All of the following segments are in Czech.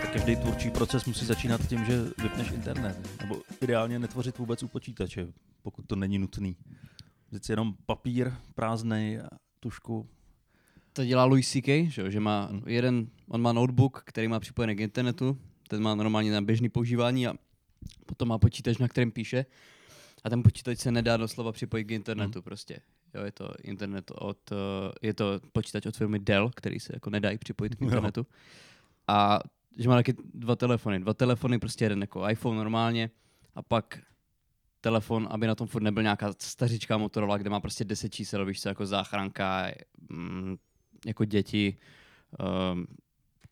Tak každý tvůrčí proces musí začínat tím, že vypneš internet. Nebo ideálně netvořit vůbec u počítače, pokud to není nutný. Vždyť si jenom papír, prázdnej, a tušku. To dělá Louis C.K., že, jo, že má jeden, on má notebook, který má připojený k internetu, ten má normálně na běžný používání a potom má počítač, na kterém píše a ten počítač se nedá doslova připojit k Mhm. internetu prostě. Jo, je to internet od, eh, je to počítač od firmy Dell, který se jako nedají připojit k Jo. internetu. A že má taky dva telefony. Dva telefony, prostě jeden jako iPhone normálně a pak telefon, aby na tom furt nebyl nějaká stařička Motorola, kde má prostě 10 čísel, víš co, jako záchranka, mm, jako děti, um,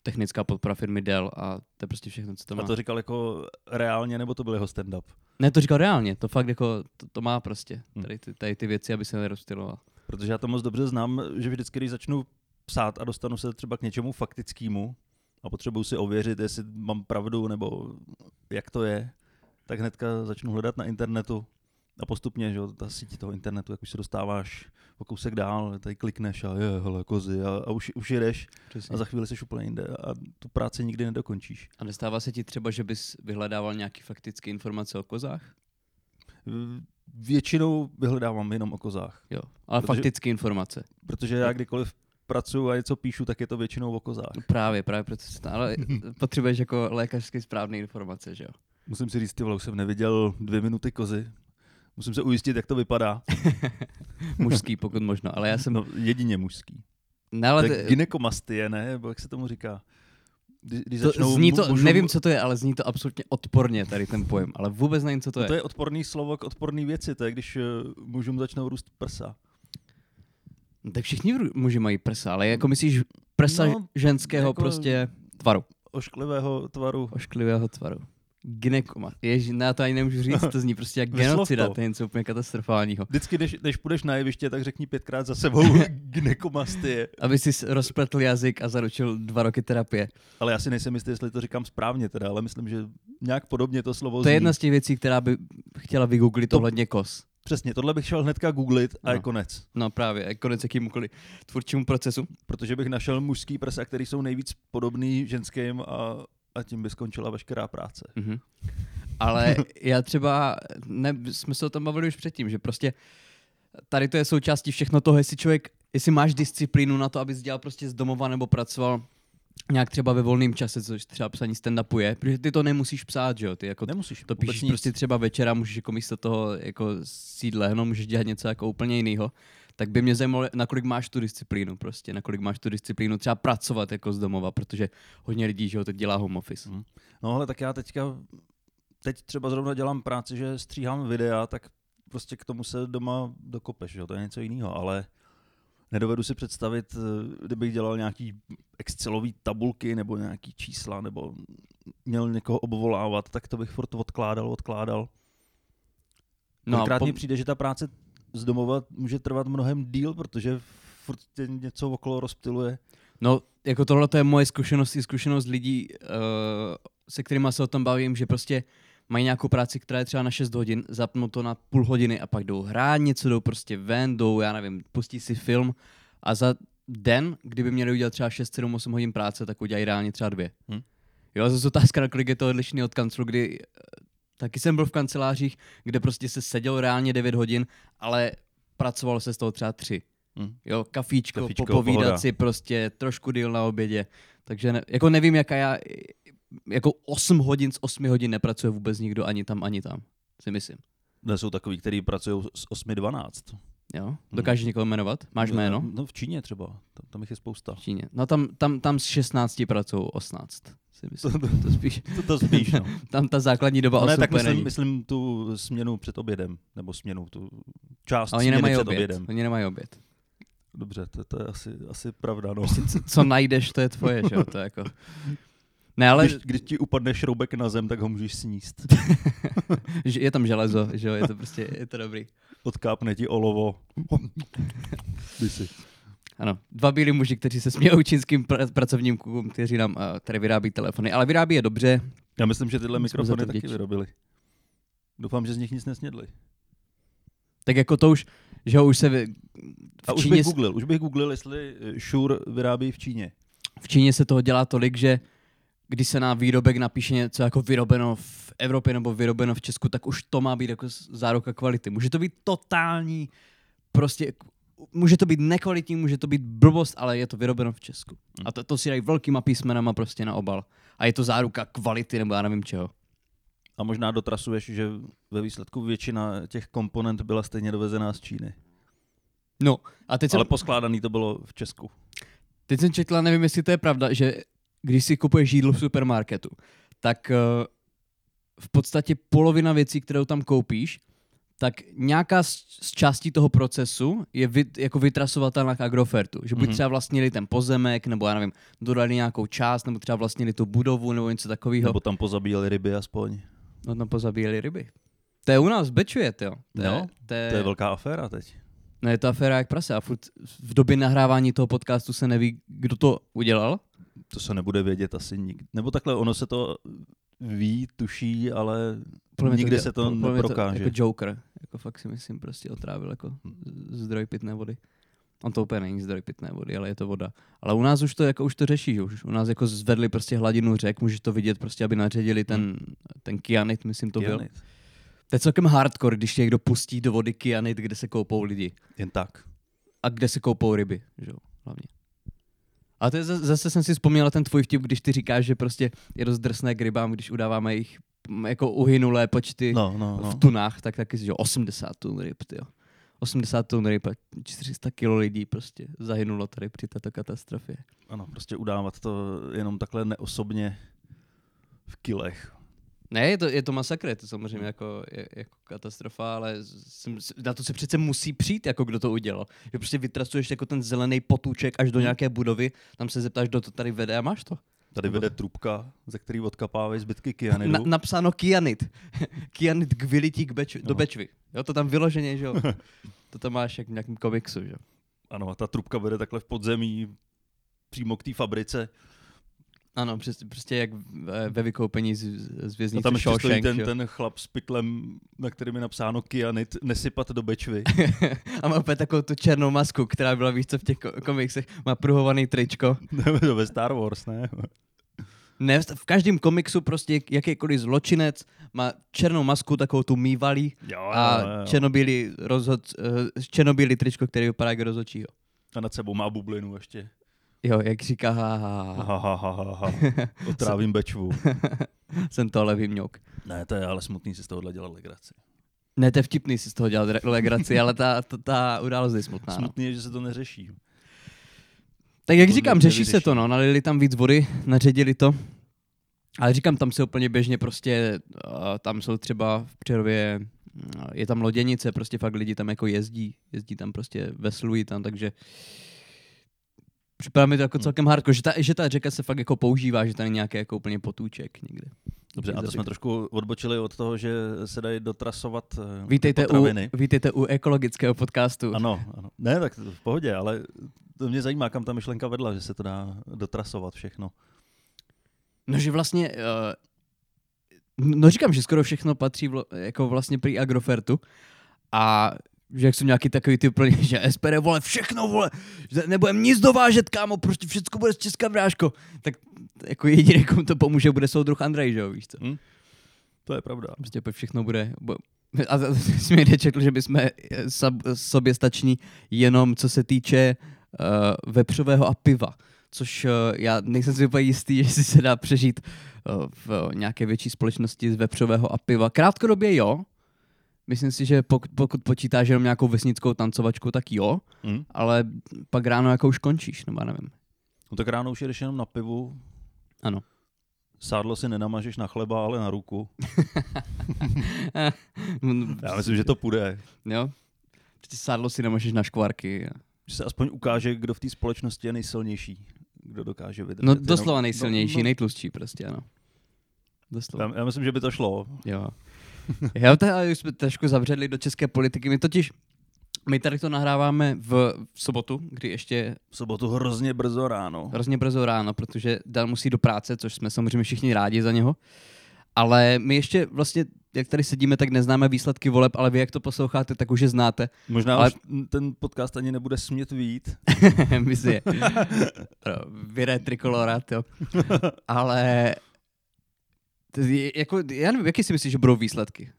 technická podpora firmy Dell a to je prostě všechno, co to To má. a to říkal jako reálně, nebo to byl jeho stand-up? Ne, to říkal reálně, to fakt jako, to, to má prostě, Hm. tady ty, tady ty věci, aby se nerozptyloval. Protože já to moc dobře znám, že vždycky, když začnu psát a dostanu se třeba k něčemu faktickému a potřebuju si ověřit, jestli mám pravdu nebo jak to je, tak hnedka začnu hledat na internetu a postupně, že jo, ta síť toho internetu, jak už se dostáváš o kousek dál, tady klikneš a je, hele, kozy a, a už, už jedeš Přesně. a za chvíli jsi úplně jinde a tu práci nikdy nedokončíš. A nestává se ti třeba, že bys vyhledával nějaký faktické informace o kozách? Většinou vyhledávám jenom o kozách, Jo, ale Protože- faktické informace. protože já kdykoliv pracuji a něco píšu, tak je to většinou o kozách. No Právě, právě proto se ale potřebuješ jako lékařsky správné informace, že jo? Musím si říct, ty vole, už jsem neviděl dvě minuty kozy. Musím se ujistit, jak to vypadá. Mužský, pokud možno, ale já jsem... No, jedině mužský. Ne, ale Ale t- tak gynekomastie, ne? Nebo jak se tomu říká? Kdy- Když to, zní to, mu- mužům- nevím, co to je, ale zní to absolutně odporně tady ten pojem, ale vůbec nevím, co to No je. to je odporný slovo k odporný věci, to je když eh, mužům začnou růst prsa. No, tak všichni vru- muži mají prsa, ale jako myslíš prsa No, ženského jako- prostě tvaru, Ošklivého tvaru. ošklivého tvaru. Ginekoma. Ježi, ne, já to ani nemůžu říct, to zní prostě jak Vyslov genocida, to. to je něco úplně katastrofálního. Vždycky, když, když půjdeš na jeviště, tak řekni pětkrát za sebou gynekomastie. Aby si rozpletl jazyk a zaručil dva roky terapie. Ale já si nejsem jistý, jestli to říkám správně teda, ale myslím, že nějak podobně to slovo To je zní. jedna z těch věcí, která by chtěla vygooglit To- ohledně kos. Přesně, tohle bych šel hnedka googlit a je No. konec. No právě, a konec jakýmukoliv tvůrčímu procesu. protože bych našel mužský prsa, který jsou nejvíc podobný ženským a, a tím by skončila veškerá práce. Mhm. Ale já třeba, ne, jsme se o tom bavili už předtím, že prostě tady to je součástí všechno toho, jestli člověk, jestli máš disciplínu na to, abys dělal prostě z domova nebo pracoval nějak třeba ve volném čase, což třeba psaní stand-upu je, protože ty to nemusíš psát, že jo, ty jako Nemusíš to vůbec píšeš nic. prostě třeba večera, můžeš jako místo toho jako sít lehnout, můžeš dělat něco jako úplně jiného. Tak by mě zajímalo, nakolik máš tu disciplínu prostě, nakolik máš tu disciplínu třeba pracovat jako z domova, protože hodně lidí, že jo, teď dělá home office. Mm. No ale tak já teďka, teď třeba zrovna dělám práci, že stříhám videa, tak prostě k tomu se doma dokopeš, že jo, to je něco jiného, ale nedovedu si představit, eh, kdybych dělal nějaký excelový tabulky nebo nějaký čísla, nebo měl někoho obvolávat, tak to bych furt odkládal, odkládal. No a Kolikrát po- po... přijde, že ta práce z domova může trvat mnohem díl, protože furt tě něco okolo rozptiluje. No, jako tohle to je moje zkušenost i zkušenost lidí, uh, se kterými se o tom bavím, že prostě mají nějakou práci, která je třeba na 6 hodin, zapnou to na půl hodiny a pak jdou hrát něco, jdou prostě ven, jdou, já nevím, pustí si film a za den, kdyby měli udělat třeba 6, 7, 8 hodin práce, tak udělají reálně třeba dvě. Hm. Jo, a zase otázka, na kolik je to odlišný od kanclu, kdy eh, taky jsem byl v kancelářích, kde prostě se seděl reálně 9 hodin, ale pracovalo se z toho třeba 3. Hm. Jo, kafíčko, Kafíčko, kafíčko popovídat pohoda. si prostě trošku díl na obědě. Takže ne, jako nevím, jaká já, jako 8 hodin z 8 hodin nepracuje vůbec nikdo ani tam, ani tam, si myslím. Ne, jsou takový, který pracují s 8-12. Hm. Jo? Dokážeš někoho jmenovat? Máš No, jméno? No v Číně třeba, tam, tam jich je spousta. V Číně. No tam, tam, tam z 16 pracují 18, si myslím. To, to, To spíš, to, to spíš, no. tam ta základní doba no 8 ne, tak úplně myslím, není. myslím tu směnu před obědem, nebo směnu, tu část A oni směny nemají před oběd. obědem. Oni nemají oběd. Dobře, to, to je asi, asi pravda, no. Co, co najdeš, to je tvoje, že jo? To je jako... Ne, ale Ale... Když, když ti upadne šroubek na zem, tak ho můžeš sníst. že je tam železo, že jo, je to prostě, je to dobrý. odkápne ti olovo. Kdysi. Ano, dva bílí muži, kteří se smějou čínským pr- pracovníkům, kteří nám uh, tady vyrábí telefony, ale vyrábí je dobře. Já myslím, že tyhle Jsme za mikrofony to taky vděční. vyrobili. Doufám, že z nich nic nesnědli. Tak jako to už, že ho už se vy- v A už Číně, bych s- googlil, už bych googlil, jestli eh, Shure vyrábí v Číně. v Číně se toho dělá tolik, že když se na výrobek napíše něco jako vyrobeno v Evropě nebo vyrobeno v Česku, tak už to má být jako s- záruka kvality. Může to být totální, prostě k- může to být nekvalitní, může to být blbost, ale je to vyrobeno v Česku. A to, to si dají velkýma písmenama prostě na obal. A je to záruka kvality nebo já nevím čeho. A možná dotrasuješ, že ve výsledku většina těch komponent byla stejně dovezená z Číny. No, a teď jsem, Ale poskládaný to bylo v Česku. teď jsem četla, nevím, jestli to je pravda, že když si kupuješ jídlo v supermarketu, tak eh, v podstatě polovina věcí, kterou tam koupíš, tak nějaká z, z částí toho procesu je vy, jako vytrasovatelná k agrofertu. Že buď Mhm. třeba vlastnili ten pozemek, nebo já nevím, dodali nějakou část, nebo třeba vlastnili tu budovu, nebo něco takového. Nebo tam pozabíjeli ryby aspoň. No tam pozabíjeli ryby. To je u nás, bečuje, jo. To, je- No, to, je, To je velká aféra teď. No je to aféra jak prase a furt v době nahrávání toho podcastu se neví, kdo to udělal. To se nebude vědět asi nikdy. Nebo takhle, ono se to ví, tuší, ale mě nikde dělá- se to podle mě neprokáže. Jako Joker, jako fakt si myslím, prostě otrávil jako zdroj pitné vody. On to úplně není zdroj pitné vody, ale je to voda. Ale u nás už to, jako už to řeší, že už u nás jako zvedli prostě hladinu řek, můžeš to vidět prostě, aby naředili ten, Hmm. ten kyanit, myslím to byl. Kyanit. To je celkem hardcore, když tě někdo pustí do vody kyanit, kde se koupou lidi. Jen tak. a kde se koupou ryby, že jo, hlavně. A to je, za- zase jsem si vzpomněl na ten tvůj vtip, když ty říkáš, že prostě je dost drsné k rybám, když udáváme jich m, jako uhynulé počty no, No, no, no. no. v tunách, tak taky, že jo, 80 tun ryb, ty jo. 80 tun ryb a 400 kilo lidí prostě zahynulo tady při této katastrofě. Ano, prostě udávat to jenom takhle neosobně v kilech. Ne, je to, je to masakr, je to samozřejmě jako, je, jako katastrofa, ale jsem, na to se přece musí přijít, jako kdo to udělal. Že prostě vytrasuješ jako ten zelený potůček až do nějaké budovy, tam se zeptáš, kdo to tady vede a máš to. Tady vede trubka, ze který odkapávají zbytky kyanidu. Na, napsáno kyanit. kyanit k vylití k beču, do bečvy. Jo, to tam vyloženě, že jo. to tam máš jak v nějakém komiksu, že jo. Ano, a ta trubka vede takhle v podzemí přímo k té fabrice. Ano, přes, prostě jak eh, ve vykoupení z, z A věznice No tam ještě stojí Shawshank, ten, že jo. ten chlap s pytlem, na kterým je napsáno kyanit, nesypat do bečvy. A má úplně takovou tu černou masku, která byla víc co v těch ko- komiksech. Má pruhovaný tričko. Nebo ve Star Wars, ne? Ne, v každém komiksu prostě jak- jakýkoliv zločinec má černou masku, takovou tu mývalí Jo, a jo, jo. černobílý, rozhod, eh, černobílý tričko, který vypadá jako rozhodčího. A nad sebou má bublinu ještě. Jo, jak říká, ha, ha, ha, ha. Ha, ha, ha, ha, ha. Otrávím bečvu. jsem to ale vymňouk. Ne, to je ale smutný, si z tohohle dělat legraci. Ne, to je vtipný si z toho dělat re- legraci, ale ta, ta, ta událost je smutná. No. Smutný je, že se to neřeší. Tak jak podle říkám, mě řeší se nevyřeší. to, no, nalili tam víc vody, naředili to, ale říkám, tam se úplně běžně prostě, uh, tam jsou třeba v Přerově, uh, je tam loděnice, prostě fakt lidi tam jako jezdí, jezdí tam prostě, veslují tam, takže připadá mi to Hmm. jako celkem hardcore, že ta, že ta řeka se fakt jako používá, že tam je nějaký jako úplně potůček někde. Dobře, a to jsme trošku odbočili od toho, že se dají dotrasovat eh, Vítejte u, potraviny. vítejte u ekologického podcastu. Ano, ano. Ne, tak to v pohodě, ale to mě zajímá, kam ta myšlenka vedla, že se to dá dotrasovat všechno. No, že vlastně, uh, no říkám, že skoro všechno patří vlo, jako vlastně prý Agrofertu a že jak jsou nějaký takový ty úplně, že SPD, vole, všechno, vole, že nebudem nic dovážet, kámo, prostě všechno bude z Česka, bráško. Tak jako jediný, komu to pomůže, bude soudruh Andrej, že jo, víš co? To je pravda. Prostě úplně všechno bude, bu- a z- z- jsi mi nečetl, že bychom eh, sab- soběstační jenom co se týče uh, vepřového a piva. Což uh, já nejsem si úplně jistý, jestli se dá přežít uh, v eh, nějaké větší společnosti z vepřového a piva. Krátkodobě jo. Myslím si, že pokud, pokud počítáš jenom nějakou vesnickou tancovačku, tak jo. Hm? Ale pak ráno jako už končíš, nebo já nevím. No tak ráno už jedeš jenom na pivu. Ano. Sádlo si nenamažeš na chleba, ale na ruku. Mm, Já myslím, že to půjde. Jo. Prostě sádlo si nemůžeš na škvarky. Že se aspoň ukáže, kdo v té společnosti je nejsilnější. Kdo dokáže vydržet. No jenom- doslova nejsilnější, No, nejtlustší prostě, ano. no, Doslova. já, já myslím, že by to šlo. Jo. Jo, to- ale už jsme trošku zavředli do české politiky. My totiž, my tady to nahráváme v, v sobotu, kdy ještě V sobotu hrozně brzo ráno. hrozně brzo ráno, protože Dan musí do práce, což jsme samozřejmě všichni rádi za něho. Ale my ještě vlastně, jak tady sedíme, tak neznáme výsledky voleb, ale vy, jak to posloucháte, tak už je znáte. Možná Ale- ale... už ten podcast ani nebude smět vít. My si je. Vyré trikolora, jo. Ale to je- jako, já nevím, jaký si myslíš, že budou výsledky?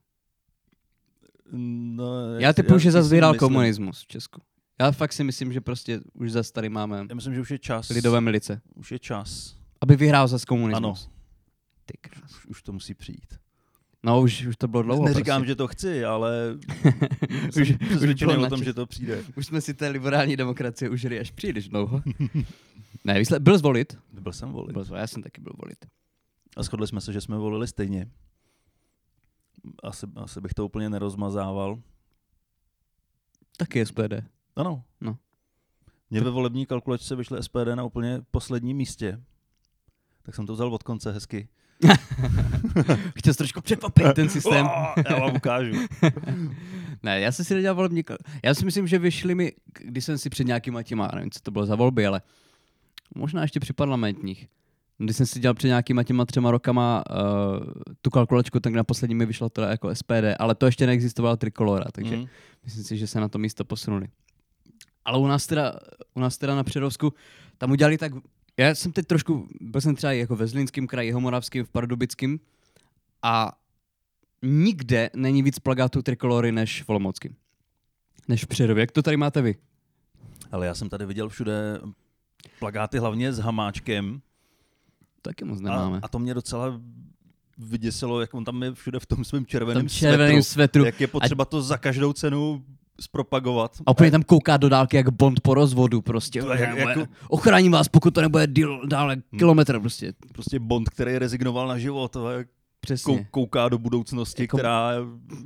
No, Já si- typuju, že si zase vyhrál myslím- komunismus v Česku. Já fakt si myslím, že prostě už zase tady máme Já myslím, že už je čas. lidové milice. Už je čas. Aby vyhrál zase komunismus. Ano. Ano. Ty krás. Už, už to musí přijít. No už, už to bylo dlouho. Neříkám, prostě. že to chci, ale Už- jsem už přesvědčený bylo o tom, načas. že to přijde. Už jsme si té liberální demokracie užili až příliš dlouho. ne, výsled... byl zvolit. Byl jsem volit. Byl zvolit. Já jsem taky byl volit. A shodli jsme se, že jsme volili stejně. Asi, asi bych to úplně nerozmazával. Taky SPD. Ano. No. Mě ve volební kalkulačce vyšly SPD na úplně posledním místě. Tak jsem to vzal od konce hezky. Chtěl jsi trošku překvapit ten systém. Oh, já vám ukážu. ne, já jsem si nedělal volební... kal- Já si myslím, že vyšli mi, když jsem si před nějakýma těma, nevím, co to bylo za volby, ale možná ještě při parlamentních, když jsem si dělal před nějakýma těma třema rokama uh, tu kalkulačku, tak na poslední mi vyšlo teda jako SPD, ale to ještě neexistovala trikolora, takže Mm. Myslím si, že se na to místo posunuli. Ale u nás teda, u nás teda na Přerovsku, tam udělali tak, já jsem teď trošku, byl jsem třeba jako ve Zlínském kraji, Homoravském, v Pardubickém a nikde není víc plagátů trikolory než v Olomouckém. Než v Přerově. Jak to tady máte vy? Ale já jsem tady viděl všude plagáty hlavně s hamáčkem. Taky moc A, nemáme. a to mě docela vyděsilo, jak on tam je všude v tom svém červeném, tam červeným svetru. svetru. Jak je potřeba to za každou cenu zpropagovat. A úplně tam kouká do dálky jak Bond po rozvodu prostě. To je jako- Hmm. Ochráním vás, pokud to nebude díl, dále kilometr prostě. Prostě Bond, který rezignoval na život, ale Přesně. kou, kouká do budoucnosti, jako... Jako- která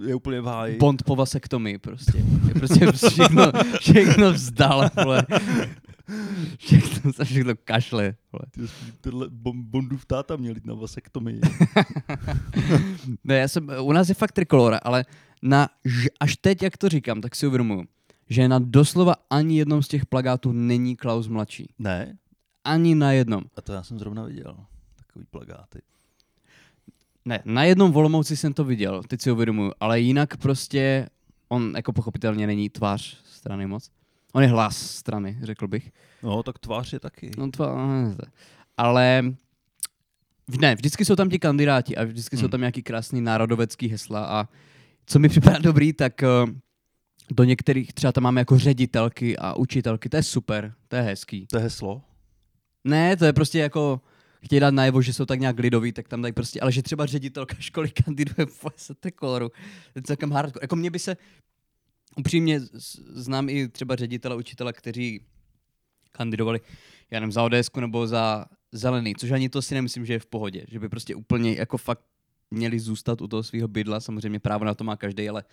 je úplně v háji. Bond po vasektomii prostě. Je Prostě všechno, všechno vzdal, vole. Všechno se všechno kašle, vole. Ty jsi- Tyhle bon- Bondův táta měl jít na vasektomii. Ne, já jsem, u nás je fakt trikolora, ale na, ž- až teď, jak to říkám, tak si uvědomuju, že na doslova ani jednom z těch plagátů není Klaus mladší. ne? Ani na jednom. A to já jsem zrovna viděl. Takový plagáty. Ne, na jednom Volomouci jsem to viděl, teď si uvědomuju, ale jinak prostě on jako pochopitelně není tvář strany moc. On je hlas strany, řekl bych. No, tak tvář je taky. No to, ale v- ne, vždycky jsou tam ti kandidáti a vždycky jsou Hmm. tam nějaký krásný národovecký hesla a co mi připadá dobrý, tak eh, do některých, třeba tam máme jako ředitelky a učitelky, to je super, to je hezký. To je heslo. Ne, to je prostě jako, chtějí dát najevo, že jsou tak nějak lidoví, tak tam dají prostě, ale že třeba ředitelka školy kandiduje v ST koloru, to je celkem hardcore. Jako mě by se, upřímně z- znám i třeba ředitele, učitele, kteří kandidovali, já nevím, za ods nebo za zelený, což ani to si nemyslím, že je v pohodě, že by prostě úplně jako fakt měli zůstat u toho svého bydla, samozřejmě právo na to má každý, ale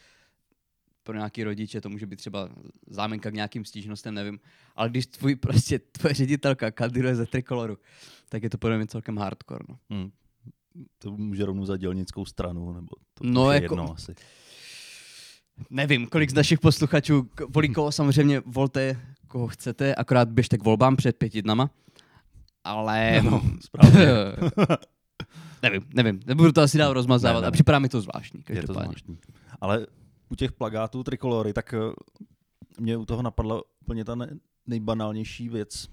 pro nějaký rodiče to může být třeba záminka k nějakým stížnostem, nevím. Ale když tvůj, prostě tvoje ředitelka kandiduje ze trikoloru, tak je to podle mě celkem hardcore. No. Hm. To může rovnou za dělnickou stranu, nebo to No, už je jako- jedno asi. Nevím, kolik z našich posluchačů k- volí koho, samozřejmě volte koho chcete, akorát běžte k volbám před pěti dnama. Ale... No, správně. nevím, nevím, nebudu to asi dál rozmazávat Ne, ne. a připadá mi to zvláštní. Je to každopádně. zvláštní. Ale u těch plagátů trikolory, tak eh, mě u toho napadla úplně ta ne- nejbanálnější věc.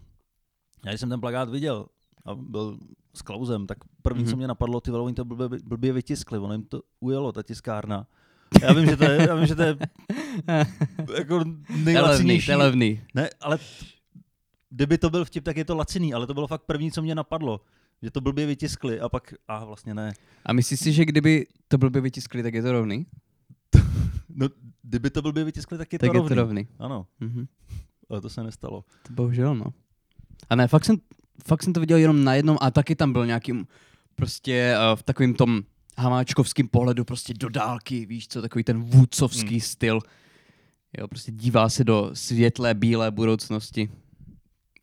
Já když jsem ten plagát viděl a byl s Klausem, tak první, Mhm. mm-hmm. co mě napadlo, ty vole, oni to blbě, blbě vytiskli, ono jim to ujelo, ta tiskárna. Já vím, že to je, já vím, že to je jako To je levný, nejlacinější. to je levný. Ne, ale t- kdyby to byl vtip, tak je to laciný, ale to bylo fakt první, co mě napadlo. Že to blbě vytiskli a pak, a vlastně ne. A myslíš si, že kdyby to blbě vytiskli, tak je to rovný? No, kdyby to blbě vytiskli, tak je tak to je to rovný. rovný. Ano, Mhm. ale to se nestalo. To bohužel, no. A ne, fakt jsem, fakt jsem to viděl jenom na jednom a taky tam byl nějakým prostě eh, v takovým tom hamáčkovským pohledu prostě do dálky, víš co, takový ten Hmm. vůdcovský styl. Jo, prostě dívá se do světlé, bílé budoucnosti.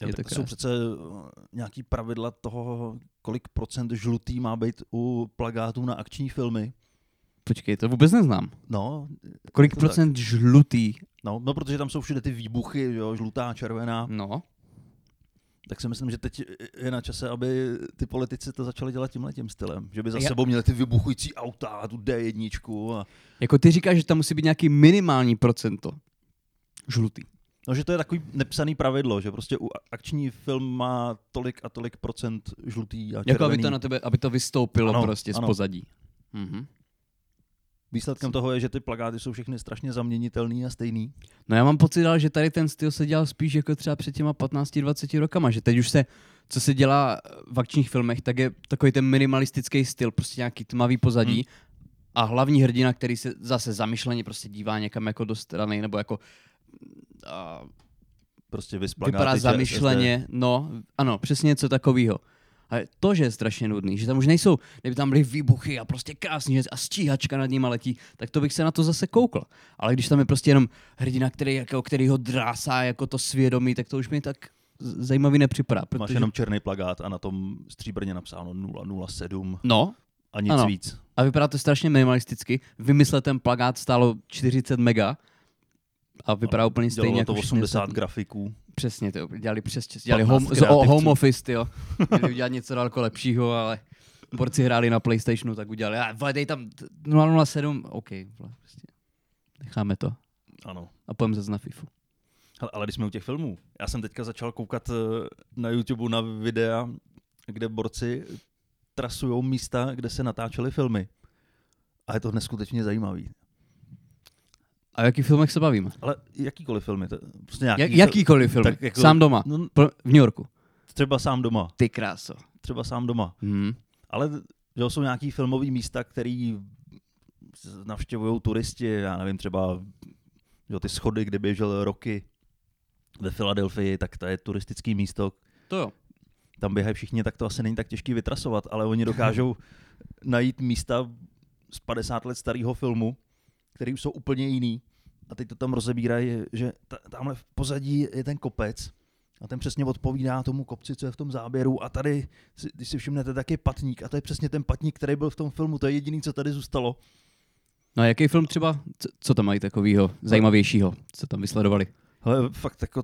Jo, Je tak to to jsou krásné. přece eh, nějaký pravidla toho, kolik procent žlutý má být u plagátů na akční filmy. Počkej, to vůbec neznám. No, Kolik to procent tak. žlutý? no, no, protože tam jsou všude ty výbuchy, jo, žlutá, červená, No, tak si myslím, že teď je na čase, aby ty politici to začali dělat tímhle tím stylem. Že by za Já- sebou měli ty vybuchující auta a tu D1 a jako ty říkáš, že tam musí být nějaký minimální procento žlutý. No, že to je takový nepsaný pravidlo, že prostě u akční film má tolik a tolik procent žlutý a červený. Jako aby to na tebe, aby to vystoupilo Ano, ano, prostě ano. z pozadí. Mhm. Výsledkem toho je, že ty plakáty jsou všechny strašně zaměnitelný a stejný. No já mám pocit, ale že tady ten styl se dělal spíš jako třeba před těma 15-20 rokama, že teď už se, co se dělá v akčních filmech, tak je takový ten minimalistický styl, prostě nějaký tmavý pozadí Hmm. hmm. a hlavní hrdina, který se zase zamyšleně prostě dívá někam jako do strany, nebo jako a, Prostě vys plakáty. vypadá ČSSD. zamyšleně, no, ano, přesně něco takového. A to, že je strašně nudný, že tam už nejsou, kdyby tam byly výbuchy a prostě krásný věc a stíhačka nad nima letí, tak to bych se na to zase koukl. Ale když tam je prostě jenom hrdina, který, jako, který ho drásá jako to svědomí, tak to už mi tak z- zajímavý nepřipadá. Máš Protože... jenom černý plakát a na tom stříbrně napsáno 007 No, a nic ano. Ano. víc. a vypadá to strašně minimalisticky. Vymyslet ten plagát stálo 40 mega a vypadá úplně stejně Dělalo jako to všechny 80 ostatní. grafiků. Přesně, to dělali přes čas. Dělali 15 home, z, o, home kreativců. office, ty jo. Měli udělat něco daleko lepšího, ale porci hráli na Playstationu, tak udělali. A vole, dej tam t- 007, OK, vole, prostě. Necháme to Ano. a půjdeme zase na FIFU. Hele, ale když jsme u těch filmů, já jsem teďka začal koukat eh, na YouTube na videa, kde borci trasují místa, kde se natáčely filmy. A je to neskutečně zajímavý. A o jakých filmech se bavíme? Ale jakýkoliv filmy, to, prostě nějaký. Jak, jakýkoliv film, tak jako- jako... sám doma, No, Pro, v New Yorku. třeba sám doma, Ty kráso. třeba sám doma. Hmm. Ale že jo, jsou nějaký filmové místa, který navštěvují turisti, já nevím, třeba že jo, ty schody, kde běžel roky ve Filadelfii, tak to je turistický místo, To jo. tam běhají všichni, tak to asi není tak těžký vytrasovat, ale oni dokážou najít místa z 50 let starého filmu, který už jsou úplně jiný. A teď to tam rozebírají, že ta, tamhle v pozadí je ten kopec a ten přesně odpovídá tomu kopci, co je v tom záběru. A tady, si- když si všimnete, tak je patník. A to je přesně ten patník, který byl v tom filmu. To je jediný, co tady zůstalo. No a jaký film třeba, co, co tam mají takového zajímavějšího, co tam vysledovali? Ale fakt jako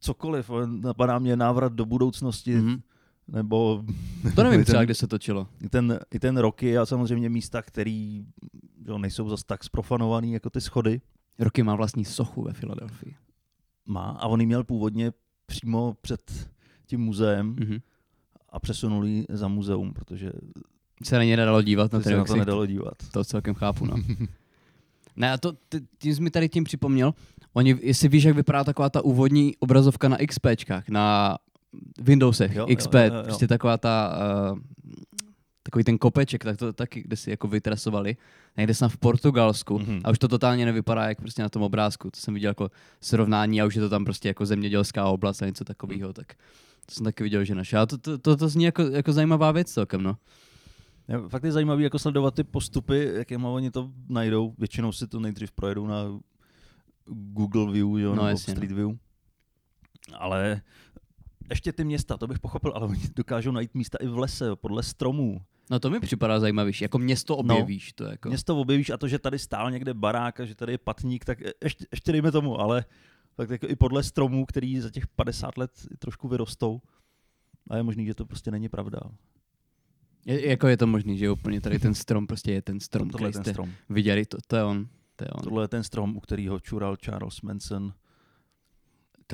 cokoliv. eh, Napadá mě návrat do budoucnosti, mm-hmm. Mhm. nebo To nevím Ten- třeba, kde se točilo. I ten, i ten roky a samozřejmě místa, který že jo, nejsou zas tak zprofanovaný jako ty schody. Roky má vlastní sochu ve Filadelfii. Má a on ji měl původně přímo před tím muzeem Mhm. a přesunul ji za muzeum, protože Se na ně nedalo dívat na no, se ten na to ksicht. nedalo dívat. To celkem chápu, no. ne, a to, ty, ty jsi mi tady tím připomněl, oni, jestli víš, jak vypadá taková ta úvodní obrazovka na XPčkách, na Windowsech, Jo, jo, jo, XP, jo, jo. prostě taková ta, uh, takový ten kopeček, tak to taky, kde si jako vytrasovali, někde jsem v Portugalsku Mhm. mm-hmm. a už to totálně nevypadá jak prostě na tom obrázku, to jsem viděl jako srovnání a už je to tam prostě jako zemědělská oblast a něco takového, tak to jsem taky viděl, že naše. A to, to, to, to zní jako, jako zajímavá věc celkem, no. Je Fakt je zajímavé jako sledovat ty postupy, jakýma oni to najdou. Většinou si to nejdřív projedou na Google View jo, No, nebo jasně, no. Street View. Ale ještě ty města, to bych pochopil, ale oni dokážou najít místa i v lese, podle stromů. No to mi připadá zajímavější, jako město objevíš, no, to je jako. Město objevíš a to, že tady stál někde barák a že tady je patník, tak je- ještě, ještě dejme tomu, ale tak jako i podle stromů, který za těch 50 let trošku vyrostou. A je možný, že to prostě není pravda. Je, jako je to možný, že úplně tady ten strom prostě je ten strom, tohle je který ten jste strom. viděli, to, to je on. To je on. Tohle je ten strom, u kterého čural Charles Manson.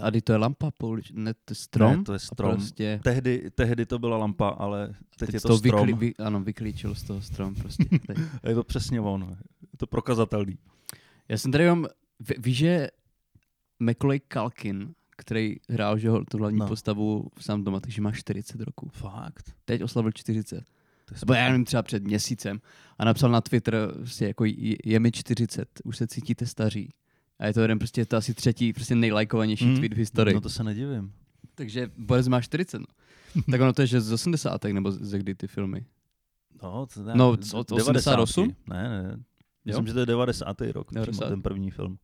A kdy to je lampa, poulič, ne, to je strom? Ne, to je strom. A prostě, Tehdy, tehdy to byla lampa, ale teď, teď je jsi to strom. Vykli, vy, ano, vyklíčil z toho strom prostě. Teď. A je to přesně on. Je to prokazatelný. Já jsem tady mám, ví- víš, že Macaulay Kalkin, který hrál že ho, tu hlavní No. no. postavu sám doma, takže má 40 roků. Fakt. Teď oslavil 40. To je Nebo já nevím, třeba před měsícem. A napsal na Twitter, prostě jako je, je mi 40, už se cítíte staří. A je to jeden prostě, je to asi třetí, prostě nejlajkovanější Mhm. tweet v historii. No to se nedivím. Takže Boris má 40. No. tak ono to je, že z 80. nebo ze kdy ty filmy. No, to ne, No, co, to 88? Ne, ne, ne. Myslím, Jo? že to je 90. rok, přímo 90. ten první film.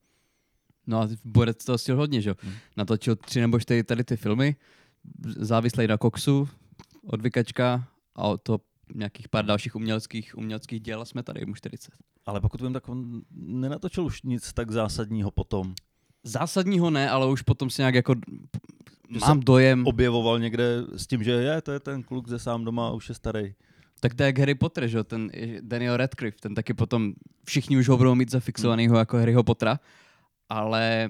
No a Borec to stihl hodně, že jo. Mhm. Natočil tři nebo čtyři tady ty filmy, závislej na koksu, odvykačka a od toho nějakých pár dalších uměleckých, uměleckých děl a jsme tady mu 40. Ale pokud vím, tak on nenatočil už nic tak zásadního potom. Mhm. Zásadního ne, ale už potom si nějak jako Že se mám dojem, Objevoval někde s tím, že je, to je ten kluk ze sám doma a už je starý. tak to je jak Harry Potter, že jo, ten Daniel Radcliffe, ten taky potom, všichni už ho budou mít zafixovanýho jako Harryho Pottera, ale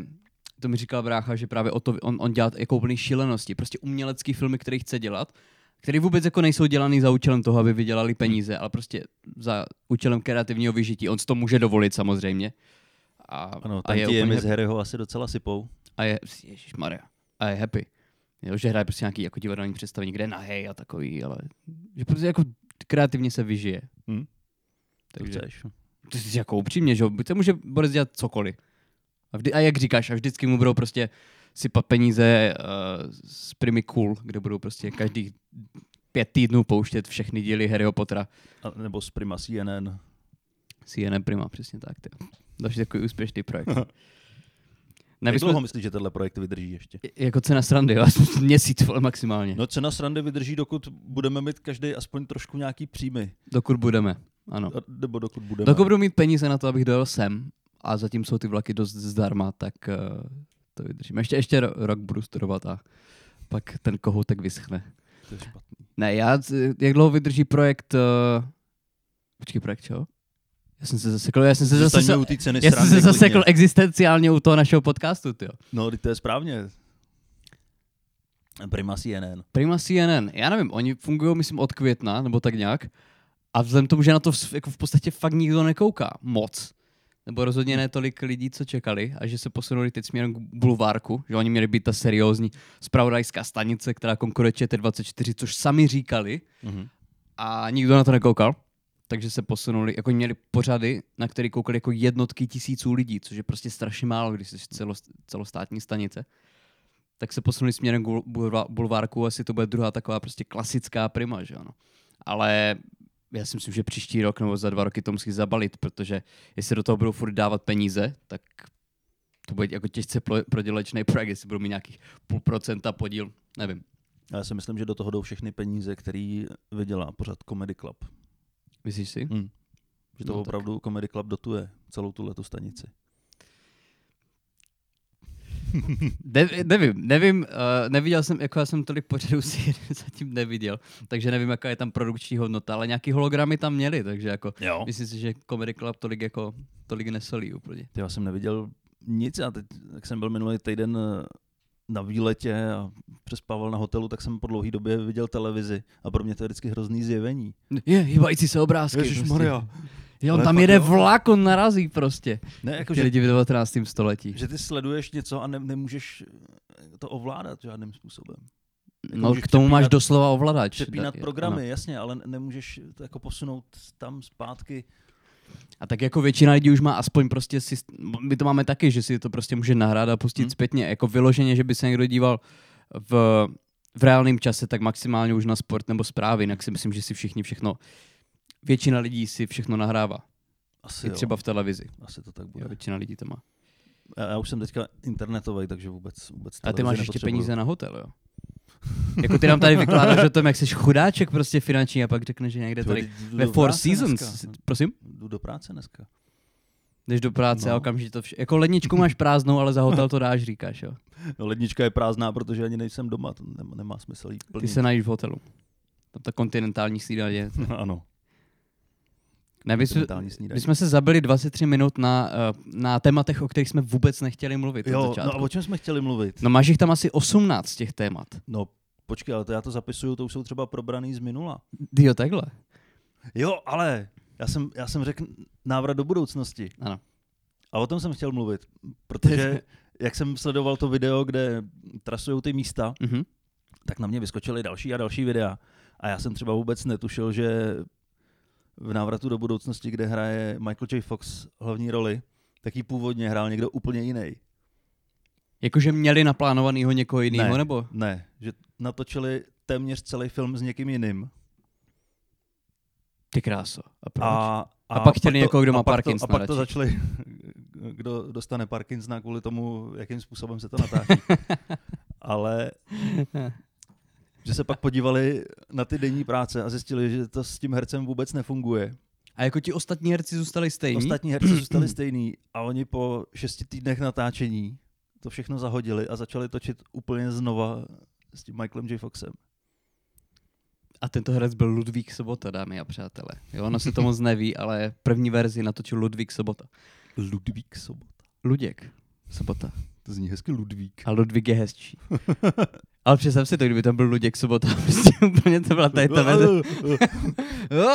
to mi říkal brácha, že právě o to, on, on dělá jako úplný šílenosti, prostě umělecký filmy, který chce dělat, který vůbec jako nejsou dělaný za účelem toho, aby vydělali peníze, ale prostě za účelem kreativního vyžití. On si to může dovolit samozřejmě. A, Ano, a ten je ti je úplně mi z Harryho asi docela sypou. a je, ježíš Maria, a je happy. Jo, že hraje prostě nějaký jako divadelní představení, kde je nahej a takový, ale že prostě jako kreativně se vyžije. Hm. Takže To chceš. to je jako upřímně, že jo, to může Boris dělat cokoliv. A, vždy, a jak říkáš, a vždycky mu budou prostě sypat peníze uh, z Primy Cool, kde budou prostě každých pět týdnů pouštět všechny díly Harryho Pottera. A, nebo z Prima CNN. CNN Prima, přesně tak. Ty. Další takový úspěšný projekt. Ne, Jak my jsme, dlouho myslíš, že tenhle projekt vydrží ještě? jako cena srandy, jo, aspoň měsíc vole, maximálně. No cena srandy vydrží, dokud budeme mít každý aspoň trošku nějaký příjmy. Dokud budeme, ano. A- Nebo dokud budeme. No. Dokud budu mít peníze na to, abych dojel sem, a zatím jsou ty vlaky dost zdarma, tak eh, to vydržím. Ještě, ještě ro- rok budu studovat a pak ten kohoutek vyschne. To je špatný. Ne, já, c- jak dlouho vydrží projekt... Uh, počkej, projekt čeho? Já jsem se zasekl, já jsem se zase, Zůstaňme u té ceny já jsem srandy se zasekl klidně. existenciálně u toho našeho podcastu, tyjo. No, teď to je správně. Prima CNN. Prima CNN, já nevím, oni fungují, myslím, od května, nebo tak nějak. A vzhledem k tomu, že na to v, jako v podstatě fakt nikdo nekouká moc, nebo rozhodně ne tolik lidí, co čekali, a že se posunuli teď směrem k bulvárku, že oni měli být ta seriózní spravodajská stanice, která konkuruje ČT24, což sami říkali, Mhm. a nikdo na to nekoukal. Takže se posunuli, jako měli pořady, na které koukali jako jednotky tisíců lidí, což je prostě strašně málo, když jsi celost, celostátní stanice. Tak se posunuli směrem k bul- bulva- bulvárku, asi to bude druhá taková prostě klasická prima, že ano. Ale já si myslím, že příští rok nebo za dva roky to musí zabalit, protože jestli do toho budou furt dávat peníze, tak to bude jako těžce pro- prodělečný projekt, jestli budou mít nějakých půl procenta podíl, nevím. A Já si myslím, že do toho jdou všechny peníze, který vydělá pořád Comedy Club. Myslíš si? Že to No, no, tak- opravdu Comedy Club dotuje celou tu letu stanici. Ne, nevím, nevím, uh, neviděl jsem, jako já jsem tolik pořadů si zatím neviděl, takže nevím, jaká je tam produkční hodnota, ale nějaký hologramy tam měli, takže jako Jo. myslím si, že Comedy Club tolik jako, tolik nesolí úplně. Ty, já jsem neviděl nic a teď, jak jsem byl minulý týden eh, na výletě a přespával na hotelu, tak jsem po dlouhé době viděl televizi a pro mě to je vždycky hrozný zjevení. Je, hýbající se obrázky. Prostě. Jo, Ale tam fakt jede jo. vlak, on narazí prostě. Ne, Jako jako, Ty že, lidi v 19. století. že ty sleduješ něco a ne, nemůžeš eh, to ovládat žádným způsobem. jako No můžeš k tomu máš přepínat- doslova ovladač. Přepínat Da- programy, ano. jasně, ale nemůžeš to jako posunout tam zpátky. A tak jako většina lidí už má aspoň prostě, si, my to máme taky, že si to prostě může nahrát a pustit hmm. Hmm. zpětně, jako vyloženě, že by se někdo díval v, v reálném čase, tak maximálně už na sport nebo zprávy, jinak si myslím, že si všichni všechno, většina lidí si všechno nahrává, Asi, i třeba v televizi, jo, asi to tak jo, bude. většina lidí to má. Já, já už jsem teďka internetový, takže vůbec, vůbec A ty televizi máš ještě nepotřebuju. peníze na hotel, jo. jako ty nám tady vykládáš o tom, jak jsi chudáček prostě finanční a pak řekneš, že někde Ty tady vole, jdu ve do Four práce Seasons, Dneska. prosím, Jdu do práce dneska. jdeš do práce a No. okamžitě to vše, jako ledničku máš prázdnou, ale za hotel to dáš, říkáš, jo. No, lednička je prázdná, protože ani nejsem doma, to nemá, nemá smysl jí plnit. Ty se najdeš v hotelu. Tam ta kontinentální snídaně. ano. Ne, my jsme, Kontinentální snídaně. my jsme se zabili 23 minut na, eh, na tématech, o kterých jsme vůbec nechtěli mluvit od Jo, no a začátku. o čem jsme chtěli mluvit? No máš jich tam asi 18 těch témat. No, počkej, ale to já to zapisuju, to už jsou třeba probraný z minula. Jo, takhle. Jo, ale já jsem, já jsem řekl návrat do budoucnosti. Ano. A o tom jsem chtěl mluvit, protože jak jsem sledoval to video, kde trasují ty místa, Mhm. tak na mě vyskočily další a další videa. A já jsem třeba vůbec netušil, že v návratu do budoucnosti, kde hraje Michael J. Fox hlavní roli, tak ji původně hrál někdo úplně jiný. Jakože měli naplánovanýho někoho jiného, Ne. nebo? Ne, že natočili téměř celý film s někým jiným. Ty kráso. A proč? A... A, A pak chtěli to- někoho, a kdo má pak to- Parkinsona A pak to radši. začali, kdo dostane Parkinsona kvůli tomu, jakým způsobem se to natáčí. Ale že se pak podívali na ty denní práce a zjistili, že to s tím hercem vůbec nefunguje. A jako ti ostatní herci zůstali stejní? Ostatní herci zůstali stejný a oni po šesti týdnech natáčení to všechno zahodili a začali točit úplně znova s tím Michaelem J. Foxem. A tento herec byl Ludvík Sobota, dámy a přátelé. Jo, ono se to moc neví, ale první verzi natočil Ludvík Sobota. Ludvík Sobota. Luděk Sobota. To zní hezky Ludvík. A Ludvík je hezčí. Ale představ si to, kdyby tam byl Luděk Sobota, prostě úplně to byla tady ta verze.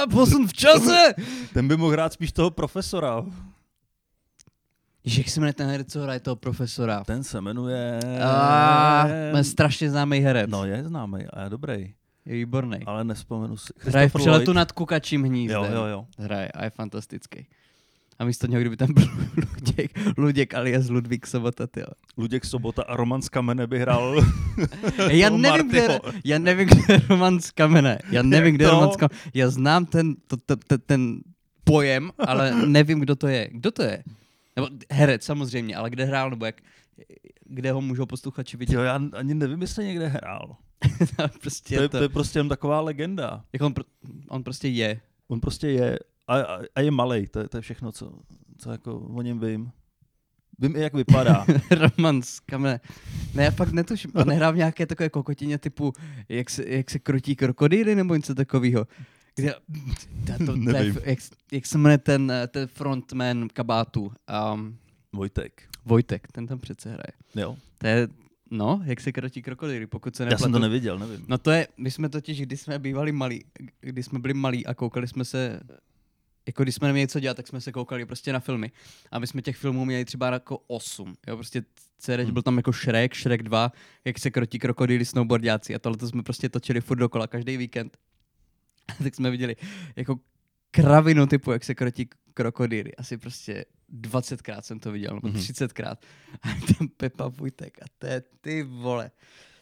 A, Posun v čase! Ten by mohl hrát spíš toho profesora. Ježiš, jak se jmenuje ten herec, co hraje toho profesora? Ten se jmenuje... A, ten... strašně známý herec. No je známý a je dobrý, Je výborný. ale nespomenu si. Hraje v Christopher přeletu Lloyd. nad kukačím hnízdem. Jo, jo, jo. Hraje a je fantastický. A místo něho, kdyby tam byl Luděk, Luděk alias Ludvík Sobota, tyjo. Luděk Sobota a Roman z Kamene by hrál Já Toho nevím, kde, Martyho. No. já nevím, kde je Roman z Kamene. Já nevím, Jak kde je to? Roman z Kamene. Já znám ten, to, to, to, ten pojem, ale nevím, kdo to je. Kdo to je? Nebo herec samozřejmě, ale kde hrál, nebo jak, kde ho můžou posluchači vidět. Jo, já ani nevím, jestli někde hrál. prostě Je to, je, to to, je prostě jen taková legenda. jak on, pr- on prostě je. On prostě je a, a, a je malej, to, je- to je všechno, co, co jako o něm vím. Vím i, jak vypadá. Roman z Kamene. Ne, já fakt netuším. On nehrál v nějaké takové kokotině typu, jak se, jak se krotí krokodýly nebo něco takového. Kde, ta- to, to, je- Nevím. jak, jak se jmenuje ten, eh, ten frontman kabátu? Um, Vojtek. Vojtek, ten tam přece hraje. Jo. To je, no, jak se krotí krokodýly, pokud se Já nepletu. jsem to neviděl, nevím. No to je, my jsme totiž, když jsme bývali malí, když jsme byli malí a koukali jsme se, jako když jsme neměli co dělat, tak jsme se koukali prostě na filmy. A my jsme těch filmů měli třeba jako 8. Jo, prostě CD Hmm. byl tam jako Shrek, Shrek 2, jak se krotí krokodýly, snowboardiáci a tohle to jsme prostě točili furt dokola, každý víkend. tak jsme viděli jako kravinu typu, jak se krotí krokodýly. Asi prostě 20krát jsem to viděl, nebo Mhm. 30krát. A tam Pepa Vujtek a to je ty vole.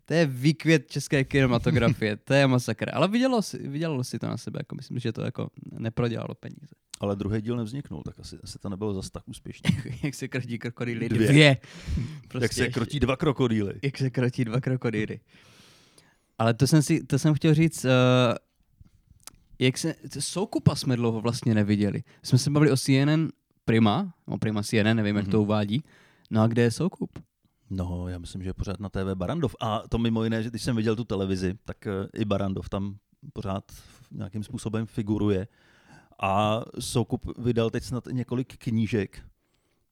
To je výkvět české kinematografie, to je masakr. Ale vidělo si, vidělo si to na sebe, jako myslím, že to jako neprodělalo peníze. Ale druhý díl nevzniknul, tak asi, asi to nebylo zas tak úspěšné. jak se krotí krokodýly? Dvě. Dvě. Dvě. Prostě jak se ještě- krotí dva krokodýly. Jak se krotí dva krokodýly. Ale to jsem, si, to jsem chtěl říct, uh, jak se, co- Soukupa jsme dlouho vlastně neviděli. Jsme se bavili o CNN Prima, o Prima CNN, nevím, jak Mhm. to uvádí. No a kde je Soukup? No, já myslím, že je pořád na TV Barandov. A to mimo jiné, že když jsem viděl tu televizi, tak eh, i Barandov tam pořád nějakým způsobem figuruje. A Soukup vydal teď snad několik knížek.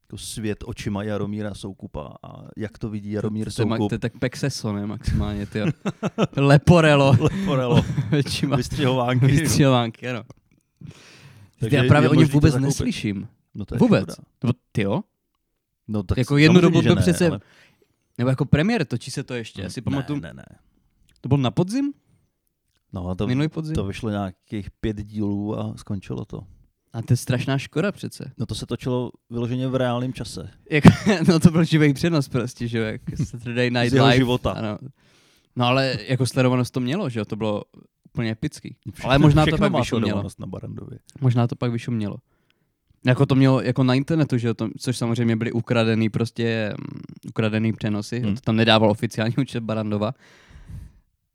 Jako svět očima Jaromíra Soukupa. A jak to vidí Jaromír To, je ma- Soukup. to je tak Pexeso, ne, maximálně, ty Leporelo. Leporelo, Očima. vystřihovánky. Vystřelovánky, ano. Takže Takže já je právě o něm možný to vůbec zakoupit. neslyším. No to je Vůbec. škoda. Nebo ty jo? No, tak Jako jednu samozřejmě, dobu že to ne, přece- ale- Nebo jako premiér točí se to ještě, já si pamatuju. Ne, ne, ne. To byl na podzim? No a to, Minulý podzim? to vyšlo nějakých pět dílů a skončilo to. A to je strašná škoda přece. No to se točilo vyloženě v reálném čase. Jako, no to byl živý přenos prostě, že jo, jak Saturday Night Z jeho Live. života. Ano. No ale jako sledovanost to mělo, že jo, to bylo úplně epický. Všechno, Ale možná to všechno pak má vyšumělo. sledovanost na Barandově. Možná to pak vyšumělo. Jako to mělo jako na internetu, že jo, to, což samozřejmě byly ukradený prostě, mm, ukradený přenosy, Hmm. hmm. to tam nedával oficiální účet Barandova.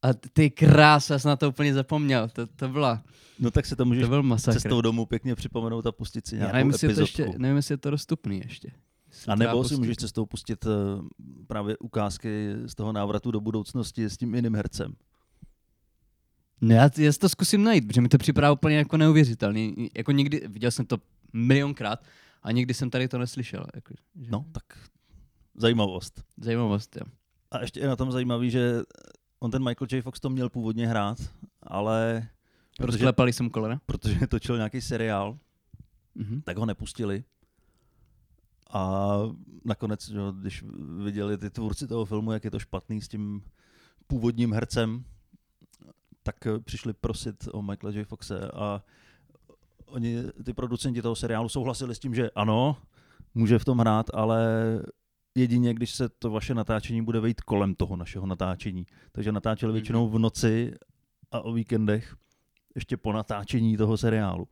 A t- ty krása, já jsem na to úplně zapomněl, to, to, byla, No tak se to můžeš to byl masakr. cestou domů pěkně připomenout a pustit si Já nějakou nevím, jestli je to epizodku. ještě, nevím, jestli je to dostupný ještě. Jestli a to dá nebo si pustit. můžeš cestou pustit eh, právě ukázky z toho návratu do budoucnosti s tím jiným hercem. No já, já si to zkusím najít, protože mi to připadá úplně jako neuvěřitelný. Jako nikdy, viděl jsem to milionkrát a nikdy jsem tady to neslyšel. Jako, že- No, tak zajímavost. Zajímavost, jo. A ještě je na tom zajímavý, že on ten Michael J. Fox to měl původně hrát, ale protože, Rozklepali jsem kolena. protože točil nějaký seriál, Mhm. tak ho nepustili. A nakonec, že, jo, když viděli ty tvůrci toho filmu, jak je to špatný s tím původním hercem, tak eh, přišli prosit o Michaela J. Foxe a oni, ty producenti toho seriálu, souhlasili s tím, že ano, může v tom hrát, ale jedině, když se to vaše natáčení bude vejít kolem toho našeho natáčení. Takže natáčeli Mhm. většinou v noci a o víkendech, ještě po natáčení toho seriálu.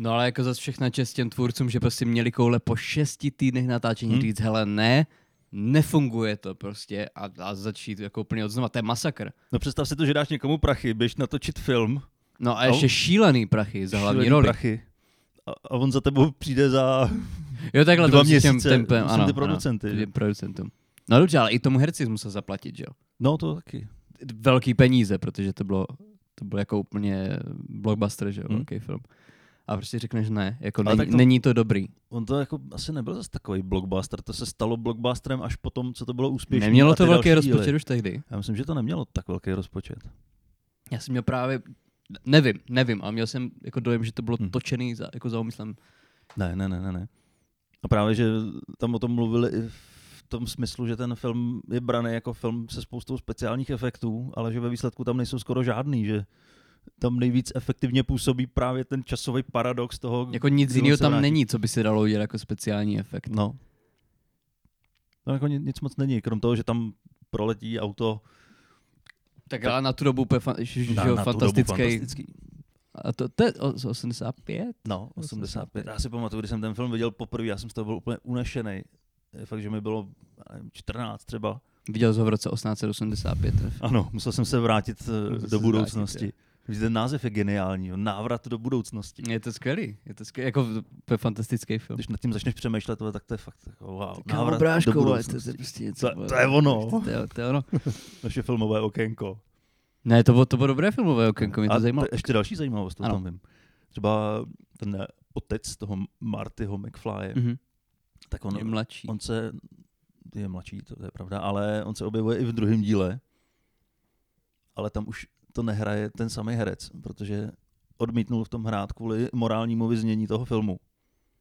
No ale jako zase všechna čest těm tvůrcům, že prostě měli koule po šesti týdnech natáčení Hmm. hmm. říct, hele ne, nefunguje to prostě a, a začít jako úplně od znova, to je masakr. No představ si to, že dáš někomu prachy, běž natočit film, No a ještě Au. šílený prachy za hlavní šílený roli. prachy a, a on za tebou přijde za Jo, takhle Dva to vlastně s tím měsíce tempem, jsou ano. ty producenty, Ano, že? ty producentům. No dobře, ale i tomu herci musel zaplatit, že jo. No to taky. Velký peníze, protože to bylo, to bylo jako úplně blockbuster, že jo, Hmm. velký film. A prostě řekneš ne, jako Ale není, tak to- to... není to dobrý. On to jako asi nebyl zase takový blockbuster, to se stalo blockbusterem až po tom, co to bylo úspěšné. Nemělo to velký rozpočet už tehdy. Já myslím, že to nemělo tak velký rozpočet. Já jsem měl právě, nevím, nevím, ale měl jsem jako dojem, že to bylo Hmm. hmm. točený za, jako za úmyslem. Ne, ne, ne, ne, ne. A právě, že tam o tom mluvili i v tom smyslu, že ten film je braný jako film se spoustou speciálních efektů, ale že ve výsledku tam nejsou skoro žádný, že tam nejvíc efektivně působí právě ten časový paradox toho... Jako nic kdy on jiného se tam vrátí. není, co by se dalo udělat jako speciální efekt. No. Tam jako ni- nic moc není, krom toho, že tam proletí auto. Tak ale na tu dobu úplně fan, že, že, Na- jo, na tu dobu fantastický. fantastický. A to, to je o- z 85? No, 85. Já si pamatuju, když jsem ten film viděl poprvé, já jsem z toho byl úplně unešený. Je Fakt, že mi bylo já nevím, 14 třeba. Viděl jsi ho v roce 1885. tref. Ano, musel jsem se vrátit eh, Musel se do vrátit, budoucnosti. Vždyť ten název je geniální, jo, návrat do budoucnosti. Je to skvělý, je to skvělý, jako to je fantastický film. Když nad tím začneš přemýšlet, vole, tak to je fakt jako wow, Kámo, návrat bráško, do vole, to je budoucnosti. prostě něco. To- vole. Prostě to je ono. To, je- to je ono. Naše filmové okénko. Ne, to bylo, to bylo dobré filmové okénko, mě A to zajímalo. je ještě další zajímavost, o Ano. tom vím. Třeba ten eh, otec toho Martyho McFly, Mhm. tak on, Je mladší. on se, je mladší, to je pravda, ale on se objevuje i v druhém díle, ale tam už to nehraje ten samý herec, protože odmítnul v tom hrát kvůli morálnímu vyznění toho filmu.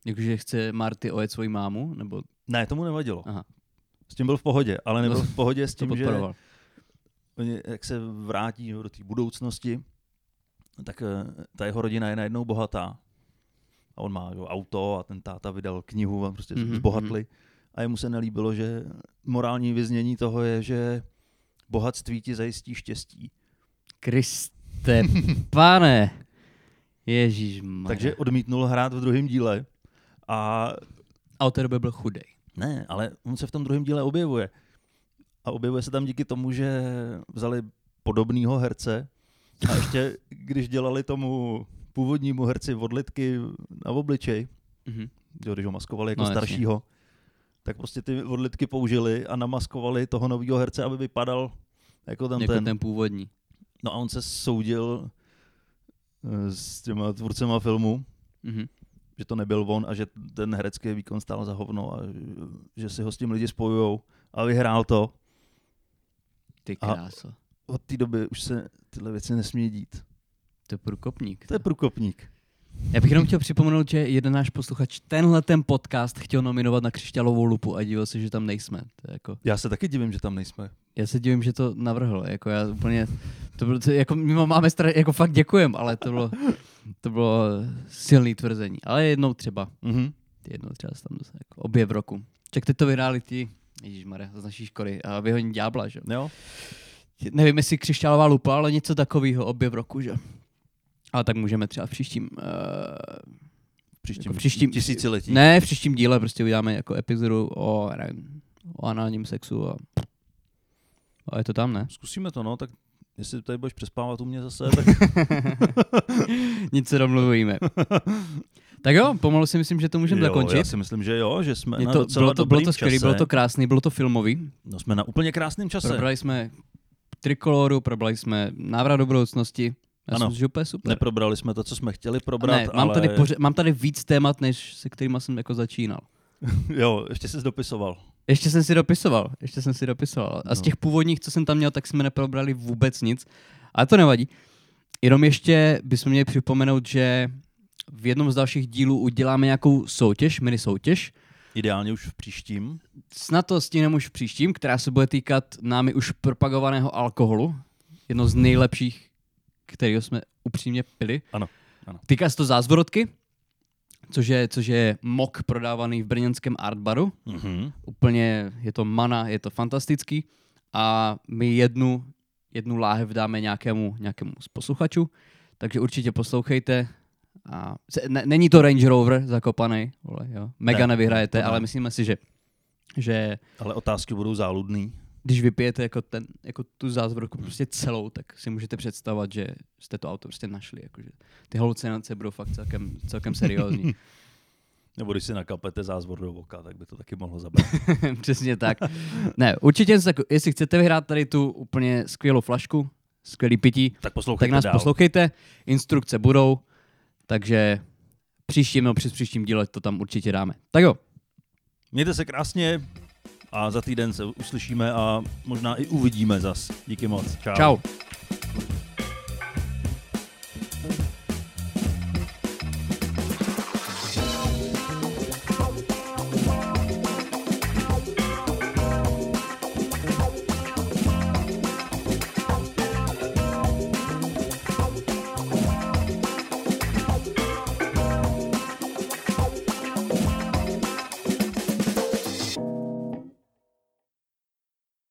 Jakože chce Marty ojet svoji mámu, nebo Ne, tomu nevadilo. Aha. S tím byl v pohodě, ale nebyl No, v pohodě s to tím, že podporoval. oni, jak se vrátí do té budoucnosti, tak eh, ta jeho rodina je najednou bohatá. A on má jo, auto a ten táta vydal knihu a prostě Mhm, mm-hmm. zbohatli. A jemu se nelíbilo, že morální vyznění toho je, že bohatství ti zajistí štěstí. Kriste, pane. Ježíš Takže odmítnul hrát v druhém díle. A A od té doby byl chudej. ne, ale on se v tom druhém díle objevuje. A objevuje se tam díky tomu, že vzali podobného herce a ještě když dělali tomu původnímu herci odlitky na obličej, Mhm. jo, když ho maskovali jako No, no, jasně. staršího, tak prostě ty odlitky použili a namaskovali toho nového herce, aby vypadal jako ten, Jako ten. ten. ten. původní. No a on se soudil eh, s těma tvůrcema filmu, Mhm. že to nebyl on a že ten herecký výkon stál za hovno a že si ho s tím lidi spojujou a vyhrál to. Ty A- kráso. Od té doby už se tyhle věci nesmí dít. To je průkopník. To je průkopník. Já bych jenom chtěl připomenout, že jeden náš posluchač tenhle ten podcast chtěl nominovat na křišťálovou lupu a divil se, že tam nejsme. To je jako, Já se taky divím, že tam nejsme. já se divím, že to navrhl. Jako já úplně, to bylo, to, jako my máme stra, jako fakt děkujem, ale to bylo, to bylo silný tvrzení. Ale jednou třeba, Mhm. jednou třeba se tam dostane, jako objev roku. Ček, teď to vyhráli ti, Ježíšmarja, z naší školy, a vyhoní ďábla, že? jo? Jo? Nevím, jestli křišťálová lupa, ale něco takového, objev roku, že? Ale tak můžeme třeba v příštím eh, V příštím, Jako v jako příštím- příštím tisíciletí. Ne, v příštím díle prostě uděláme jako epizodu o, já nevím, o análním sexu a, a je to tam, ne? Zkusíme to, no, tak jestli tady budeš přespávat u mě zase, tak Nic se domluvíme. tak jo, pomalu si myslím, že to můžeme jo, zakončit. Já si myslím, že jo, že jsme Je na to, docela bylo to, bylo to dobrým skvělé, čase. bylo to krásný, bylo to filmový. No, jsme na úplně krásném čase. Probrali jsme trikoloru, probrali jsme návrat do budoucnosti. Já Ano. ano. Jsem, že úplně super. Neprobrali jsme to, co jsme chtěli probrat, ne, mám, ale... tady poře- mám tady víc témat, než se kterýma jsem jako začínal. Jo, ještě jsi dopisoval. Ještě jsem si dopisoval, ještě jsem si dopisoval. A z No. těch původních, co jsem tam měl, tak jsme neprobrali vůbec nic. Ale to nevadí. Jenom ještě bychom měli připomenout, že v jednom z dalších dílů uděláme nějakou soutěž, mini soutěž. Ideálně už v příštím. Snad to stíneme už v příštím, která se bude týkat námi už propagovaného alkoholu. Jedno z nejlepších, kterého jsme upřímně pili. Ano, ano. Týká se to zázvorodky, což je, což je mok prodávaný v brněnském artbaru Mhm. úplně je to mana, je to fantastický a my jednu, jednu láhev dáme nějakému, nějakému z posluchačů, takže určitě poslouchejte. A se, ne, není to Range Rover zakopaný, vole, jo. mega Ne, ne, to nevyhrajete, ne. ale myslíme si, že že Ale otázky budou záludný. když vypijete jako, ten, jako tu zázvorku prostě celou, tak si můžete představovat, že jste to auto prostě našli. Jakože. Ty halucinace budou fakt celkem, celkem seriózní. Nebo když si nakapete zázvor do oka, tak by to taky mohlo zabrat. Přesně tak. Ne, určitě, se- jestli chcete vyhrát tady tu úplně skvělou flašku, skvělý pití, tak poslouchejte tak nás dál. poslouchejte, instrukce budou, takže příštím nebo přes příštím díle to tam určitě dáme. Tak jo, Mějte se krásně a za týden se uslyšíme a možná i uvidíme zas. Díky moc. Čau. čau.